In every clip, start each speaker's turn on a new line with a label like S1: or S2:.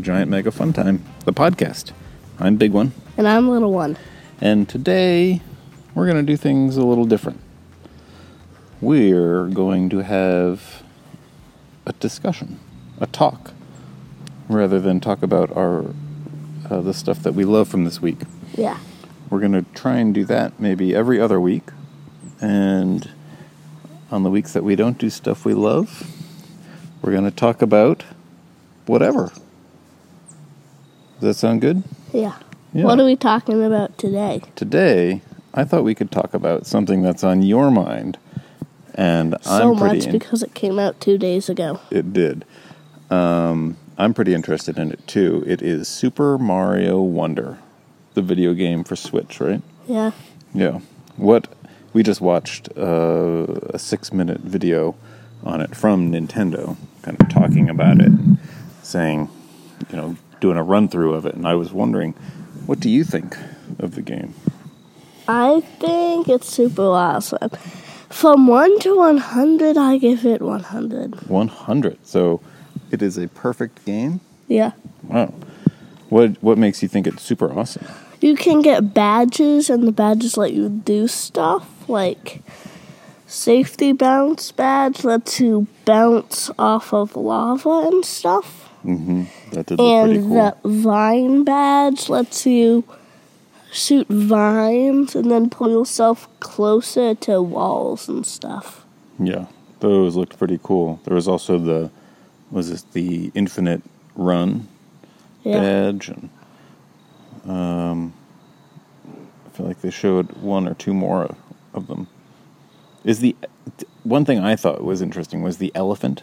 S1: Giant Mega Fun Time, the podcast. I'm Big One,
S2: And I'm little one.
S1: and today we're going to do things a little different. We're going to have a discussion, a talk, rather than talk about our uh, the stuff that we love from this week.
S2: Yeah.
S1: We're going to try and do that maybe every other week. And on the weeks that we don't do stuff we love, we're going to talk about whatever. Does that sound good?
S2: Yeah.
S1: Yeah.
S2: What are we talking about today?
S1: Today, I thought we could talk about something that's on your mind. And
S2: So
S1: I'm pretty
S2: much because it came out two days ago.
S1: it did. Um, I'm pretty interested in it too. It is Super Mario Wonder, the video game for Switch, right?
S2: Yeah.
S1: Yeah. What we just watched uh, a six-minute video on it from Nintendo, kind of talking about it, saying, you know, doing a run-through of it, and I was wondering, what do you think of the game?
S2: I think it's super awesome. From 1 to 100, I give it 100.
S1: 100. So, it is a perfect game.
S2: Yeah.
S1: Wow. What what makes you think it's super awesome?
S2: You can get badges, and the badges let you do stuff like safety bounce badge lets you bounce off of lava and stuff.
S1: That did look pretty
S2: And
S1: cool.
S2: the vine badge lets you shoot vines and then pull yourself closer to walls and stuff.
S1: Yeah, those looked pretty cool. There was also the was this the infinite run
S2: Yeah.
S1: badge and um I feel like they showed one or two more of them. Is the one thing I thought was interesting was the elephant.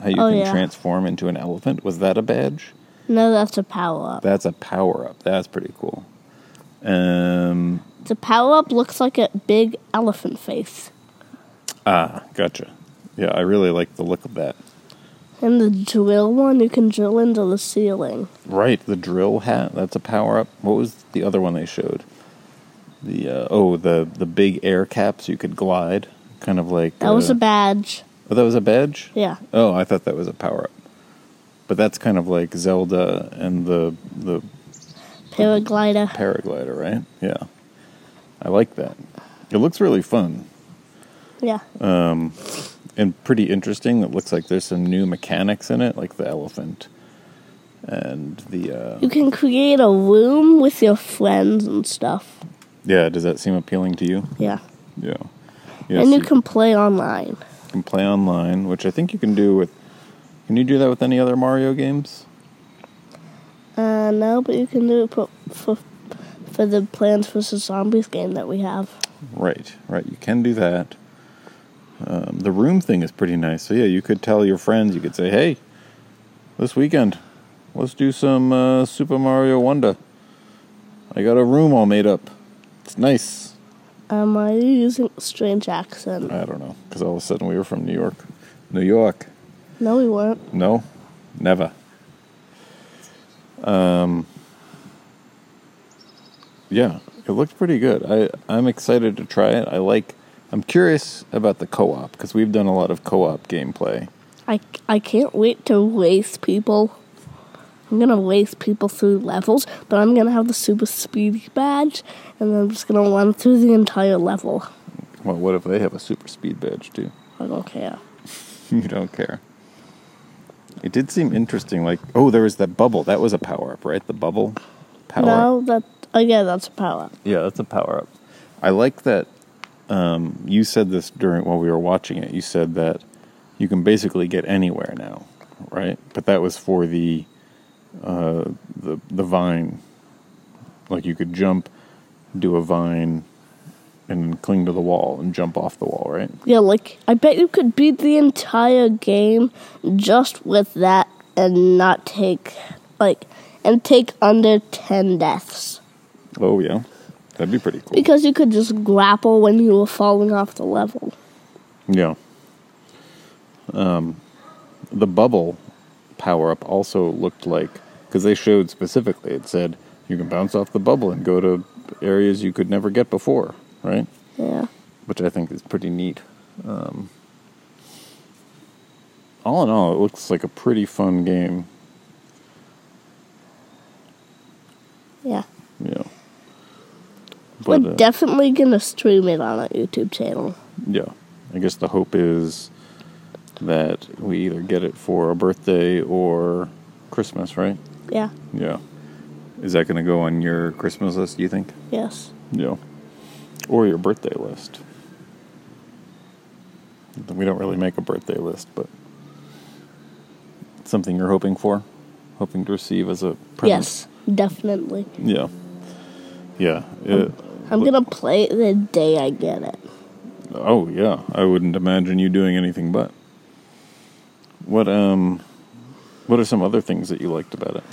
S1: How you
S2: Oh,
S1: can
S2: yeah.
S1: transform into an elephant. Was that a badge?
S2: No, that's a power up.
S1: That's a power up. That's pretty cool. Um
S2: The power up looks like a big elephant face.
S1: ah, gotcha. Yeah, I really like the look of that.
S2: And the drill one, you can drill into the ceiling.
S1: Right, the drill hat. That's a power up. What was the other one they showed? The uh, oh, the the big air cap so you could glide, kind of like
S2: That was
S1: uh,
S2: a badge.
S1: Oh, that was a badge.
S2: Yeah.
S1: Oh, I thought that was a power up. But that's kind of like Zelda and the the
S2: Paraglider.
S1: paraglider, right? Yeah, I like that. It looks really fun
S2: yeah.
S1: Uh-huh. and pretty interesting. It looks like there's some new mechanics in it, like the elephant and the uh,
S2: you can create a room with your friends and stuff.
S1: yeah. Does that seem appealing to you?
S2: Yeah.
S1: Yeah.
S2: and
S1: Yes,
S2: you can play online.
S1: can play online, which I think you can do with. Can you do that with any other Mario games?
S2: Uh, no, but you can do it for, for, for the Plants vs. Zombies game that we have.
S1: Right, right. You can do that. Um, the room thing is pretty nice. So yeah, you could tell your friends. You could say, "Hey, this weekend, let's do some uh, Super Mario Wonder. I got a room all made up. It's nice."
S2: Um, are you using a strange accent?
S1: I don't know, because all of a sudden we were from New York. New York.
S2: No, we weren't.
S1: No, never. Um, yeah, it looked pretty good. I I'm excited to try it. I like. I'm curious about the co-op because we've done a lot of co-op gameplay.
S2: I, I can't wait to race people. I'm gonna race people through levels, but I'm gonna have the super speedy badge, and I'm just gonna run through the entire level.
S1: Well, what if they have a super speed badge too?
S2: I don't care.
S1: you don't care. It did seem interesting. Like, oh, there was that bubble. That was a power up, right? The bubble power. up.
S2: No, that again, that's a power. up.
S1: Yeah, that's a power up. I like that. Um, you said this during while we were watching it. You said that you can basically get anywhere now, right? But that was for the uh, the the vine. Like you could jump, do a vine, and cling to the wall and jump off the wall, right?
S2: Yeah, like I bet you could beat the entire game just with that and not take like and take under 10 deaths
S1: Oh yeah, that'd be pretty cool.
S2: because you could just grapple when you were falling off the level.
S1: Yeah. Um, the bubble power up also looked like because they showed specifically it said you can bounce off the bubble and go to areas you could never get before, right?
S2: Yeah.
S1: Which I think is pretty neat. Um, all in all, it looks like a pretty fun game.
S2: Yeah.
S1: Yeah. But
S2: We're
S1: uh,
S2: definitely going to stream it on our YouTube channel.
S1: yeah, I guess the hope is that we either get it for a birthday or Christmas, right?
S2: Yeah.
S1: Yeah. Is that going to go on your Christmas list, do you think?
S2: Yes.
S1: Yeah. Or your birthday list. We don't really make a birthday list, but something you're hoping for, hoping to receive as a present.
S2: Yes. Definitely.
S1: Yeah. Um, Yeah. It-
S2: I'm going to play it the day I get it.
S1: oh yeah. I wouldn't imagine you doing anything but. What um what are some other things that you liked about it?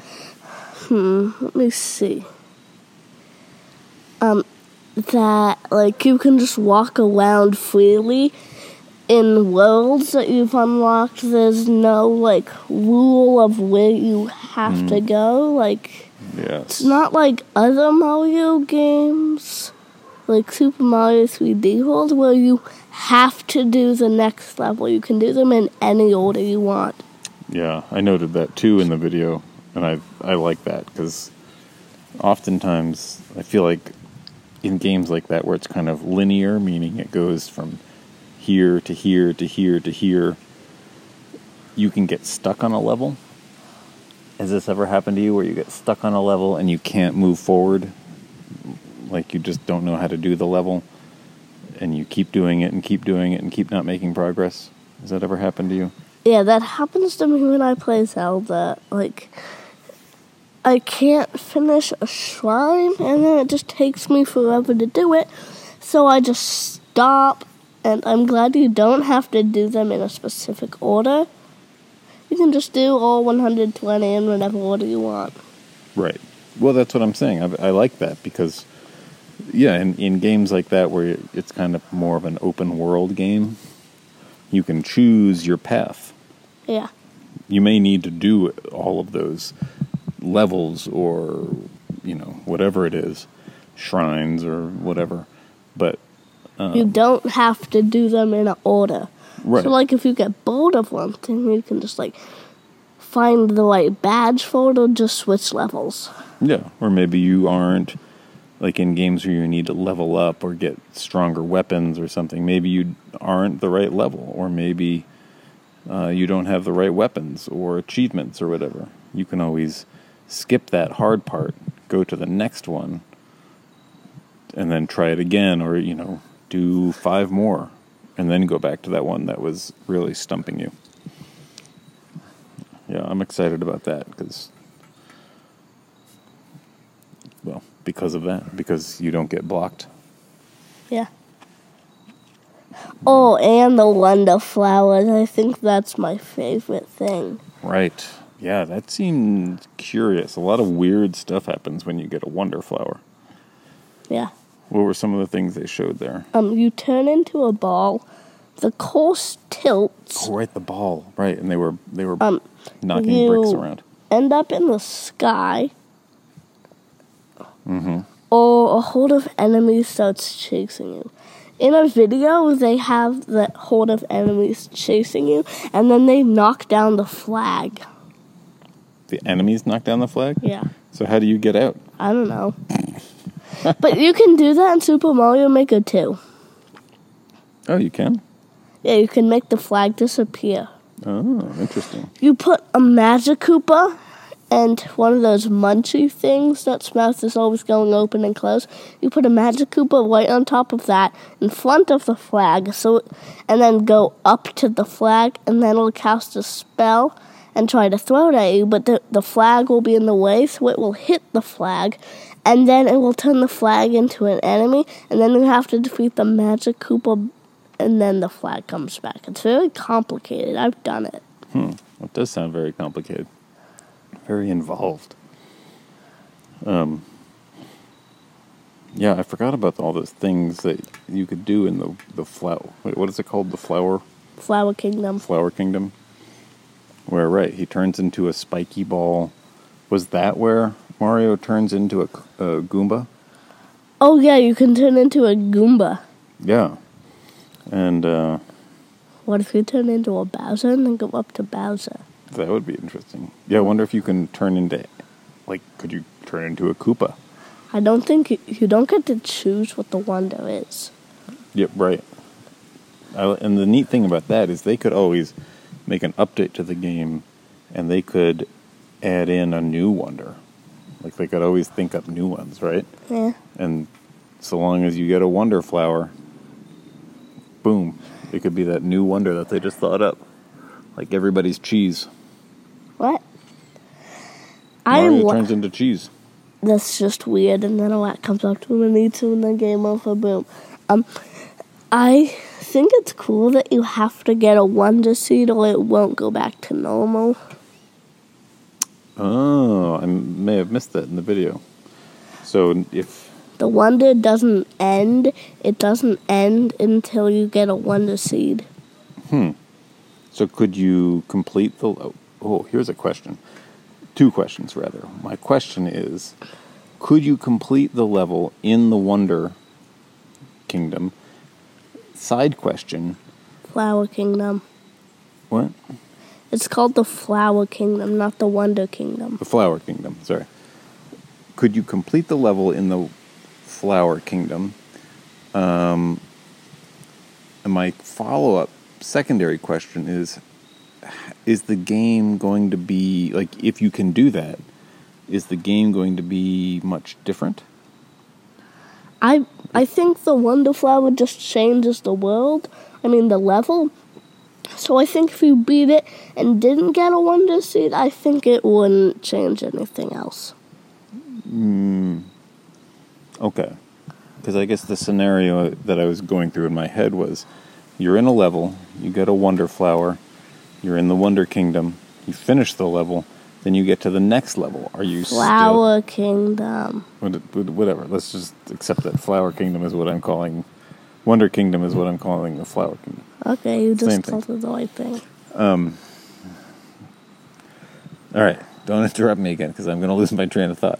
S2: Let me see. Um, that like you can just walk around freely in worlds that you've unlocked. There's no like rule of where you have to go. Like
S1: Yeah.
S2: it's not like other Mario games, like Super Mario 3D World, where you have to do the next level. You can do them in any order you want.
S1: Yeah, I noted that too in the video, and I I like that because oftentimes I feel like in games like that where it's kind of linear, meaning it goes from here to here to here to here, you can get stuck on a level. Has this ever happened to you where you get stuck on a level and you can't move forward? Like you just don't know how to do the level, and you keep doing it and keep doing it and keep not making progress. Has that ever happened to you?
S2: Yeah, that happens to me when I play Zelda. Like, I can't finish a shrine, and then it just takes me forever to do it. So I just stop, and I'm glad you don't have to do them in a specific order. You can just do all 120 in whatever order you want.
S1: Right. Well, that's what I'm saying. I, I like that because, yeah, in, in games like that where it's kind of more of an open world game, you can choose your path.
S2: Yeah.
S1: You may need to do all of those levels or, you know, whatever it is, shrines or whatever. But,
S2: you don't have to do them in an order.
S1: right.
S2: So, like, if you get bored of one thing, you can just, like, find the right badge for it or just switch levels.
S1: Yeah, or maybe you aren't like in games where you need to level up or get stronger weapons or something. Maybe you aren't the right level, or maybe uh, you don't have the right weapons or achievements or whatever. You can always skip that hard part, go to the next one, and then try it again, or you know, do five more, and then go back to that one that was really stumping you. Yeah, I'm excited about that because well, because of that, because you don't get blocked.
S2: Yeah. Oh, and the Lunda flowers. I think that's my favorite thing.
S1: Right. Yeah, that seemed curious. A lot of weird stuff happens when you get a wonder flower.
S2: Yeah.
S1: What were some of the things they showed there?
S2: Um, you turn into a ball. The course tilts.
S1: Oh, right, the ball. Right, and they were they were knocking
S2: Um, you-
S1: bricks around.
S2: End up in the sky. Or a horde of enemies starts chasing you. In a video, they have the horde of enemies chasing you, and then they knock down the flag.
S1: The enemies knocked down the flag.
S2: Yeah.
S1: So how do you get out?
S2: I don't know. but you can do that in Super Mario Maker 2.
S1: Oh, you can.
S2: Yeah, you can make the flag disappear.
S1: Oh, interesting.
S2: You put a Magic Koopa and one of those munchy things that's mouth is always going open and closed. You put a Magic Koopa right on top of that, in front of the flag, so and then go up to the flag, and then it'll cast a spell and try to throw it at you, but the, the flag will be in the way, so it will hit the flag, and then it will turn the flag into an enemy, and then you have to defeat the Magic Koopa, and then the flag comes back. It's very complicated. I've done it.
S1: That does sound very complicated. Very involved. Um. Yeah, I forgot about all those things that you could do in the the flower. Wait, what is it called? The flower
S2: Flower Kingdom.
S1: flower kingdom. Where right, he turns into a spiky ball. Was that where Mario turns into a, c- a Goomba?
S2: Oh yeah, you can turn into a Goomba.
S1: Yeah. And uh,
S2: What if you turn into a Bowser and then go up to Bowser?
S1: that would be interesting. Yeah, I wonder if you can turn into, like, could you turn into a Koopa?
S2: I don't think you, you don't get to choose what the wonder is.
S1: Yep, right. I, and the neat thing about that is they could always make an update to the game, and they could add in a new wonder. Like they could always think up new ones, right?
S2: Yeah.
S1: And so long as you get a wonder flower, boom, it could be that new wonder that they just thought up, like everybody's cheese.
S2: What? I
S1: Mario
S2: wa-
S1: turns into cheese.
S2: that's just weird. And then a rat comes up to him and eats him, and then game over. Boom. Um, I think it's cool that you have to get a wonder seed, or it won't go back to normal.
S1: Oh, I m- may have missed that in the video. So if
S2: The wonder doesn't end. It doesn't end until you get a wonder seed.
S1: so, could you complete the? Oh, oh, here's a question. Two questions rather. My question is, could you complete the level in the Wonder Kingdom? Side question.
S2: Flower Kingdom.
S1: What?
S2: It's called the Flower Kingdom, not the Wonder Kingdom.
S1: The Flower Kingdom. Sorry. Could you complete the level in the Flower Kingdom? Um, and my follow-up secondary question is: Is the game going to be like if you can do that? Is the game going to be much different?
S2: I I think the Wonder Flower just changes the world. I mean the level. So I think if you beat it and didn't get a Wonder Seed, I think it wouldn't change anything else.
S1: Okay. Because I guess the scenario that I was going through in my head was you're in a level, you get a Wonder Flower, you're in the Wonder Kingdom, you finish the level, then you get to the next level. Are you
S2: Flower Kingdom.
S1: still. what- what- Whatever. Let's just accept that Flower Kingdom is what I'm calling. Wonder Kingdom is what I'm calling the Flower Kingdom.
S2: Okay, you just
S1: Same thing.
S2: called it the right thing.
S1: All right. Don't interrupt me again because I'm going to lose my train of thought.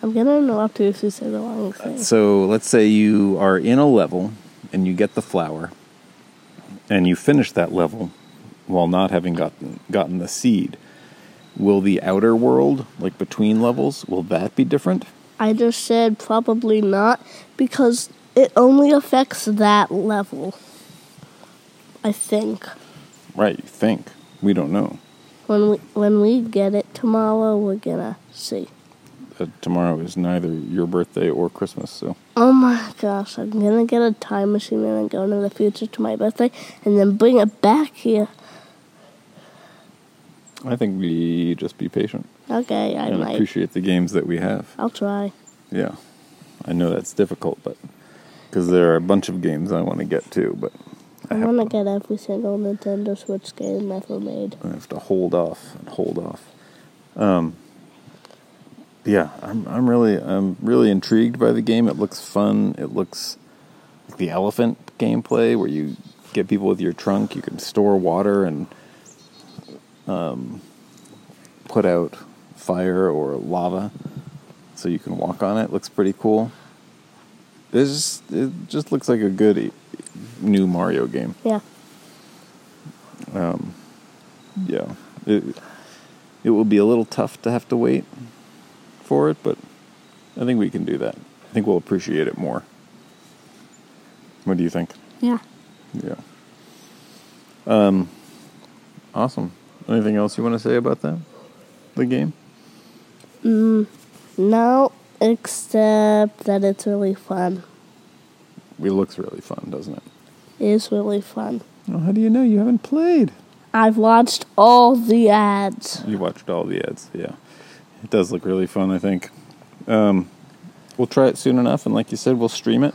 S2: I'm gonna interrupt you if you say the wrong thing.
S1: So let's say you are in a level and you get the flower and you finish that level while not having gotten gotten the seed. Will the outer world, like between levels, will that be different?
S2: I just said probably not because it only affects that level. I think.
S1: Right, you think. We don't know.
S2: When we when we get it tomorrow, we're gonna see.
S1: Uh, tomorrow is neither your birthday or Christmas, so
S2: Oh my gosh, I'm gonna get a time machine and then go into the future to my birthday and then bring it back here.
S1: I think we just be patient
S2: Okay, I Oh.
S1: and
S2: might.
S1: appreciate the games that we have.
S2: I'll try.
S1: Yeah. I know that's difficult, but because there are a bunch of games I want to get to, but
S2: I
S1: have
S2: wanna
S1: to-
S2: get every single Nintendo Switch game ever made.
S1: I have to hold off and hold off. Um, yeah, I'm I'm really I'm really intrigued by the game. It looks fun. It looks like the elephant gameplay where you get people with your trunk. You can store water and um, put out fire or lava, so you can walk on it. Looks pretty cool. It's just, it just looks like a good e- new Mario game.
S2: Yeah.
S1: Yeah, it it will be a little tough to have to wait for it, but I think we can do that. I think we'll appreciate it more. What do you think?
S2: Yeah.
S1: Yeah. Um. Awesome. Anything else you want to say about that? The game?
S2: No, except that it's really fun.
S1: It looks really fun, doesn't it?
S2: It's really fun.
S1: Well, how do you know you haven't played?
S2: I've watched all the ads.
S1: You watched all the ads, yeah. It does look really fun, I think. Um, we'll try it soon enough, and like you said, we'll stream it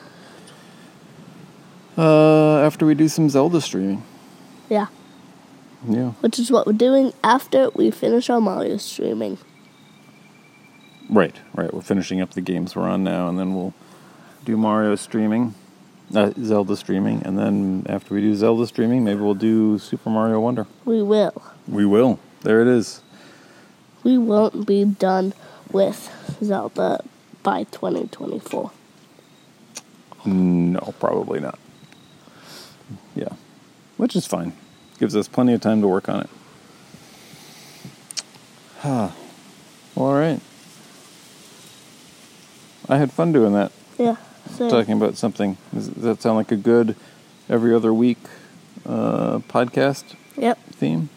S1: uh, after we do some Zelda streaming.
S2: Yeah.
S1: Yeah.
S2: Which is what we're doing after we finish our Mario streaming.
S1: Right, right. We're finishing up the games we're on now, and then we'll do Mario streaming, uh, Zelda streaming, and then after we do Zelda streaming, maybe we'll do Super Mario Wonder.
S2: We will.
S1: We will. There it is.
S2: We won't be done with Zelda by 2024.
S1: No, probably not. Yeah. Which is fine. Gives us plenty of time to work on it. Huh. Well, all right. I had fun doing that.
S2: Yeah. So
S1: Talking about something. Does that sound like a good every other week uh, podcast?
S2: yep.
S1: theme.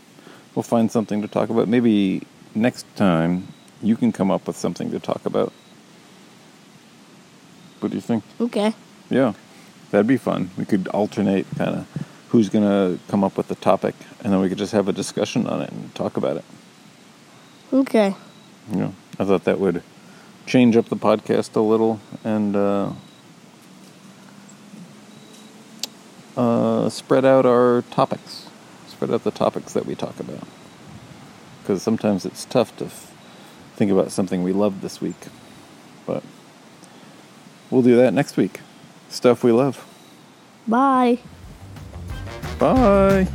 S1: We'll find something to talk about. Maybe next time you can come up with something to talk about. What do you think?
S2: Okay.
S1: Yeah, that'd be fun. We could alternate kind of who's going to come up with the topic, and then we could just have a discussion on it and talk about it.
S2: Okay.
S1: You know, I thought that would change up the podcast a little and uh, uh, spread out our topics, spread out the topics that we talk about. Because sometimes it's tough to f- think about something we love this week, but we'll do that next week. Stuff we love.
S2: Bye.
S1: Bye.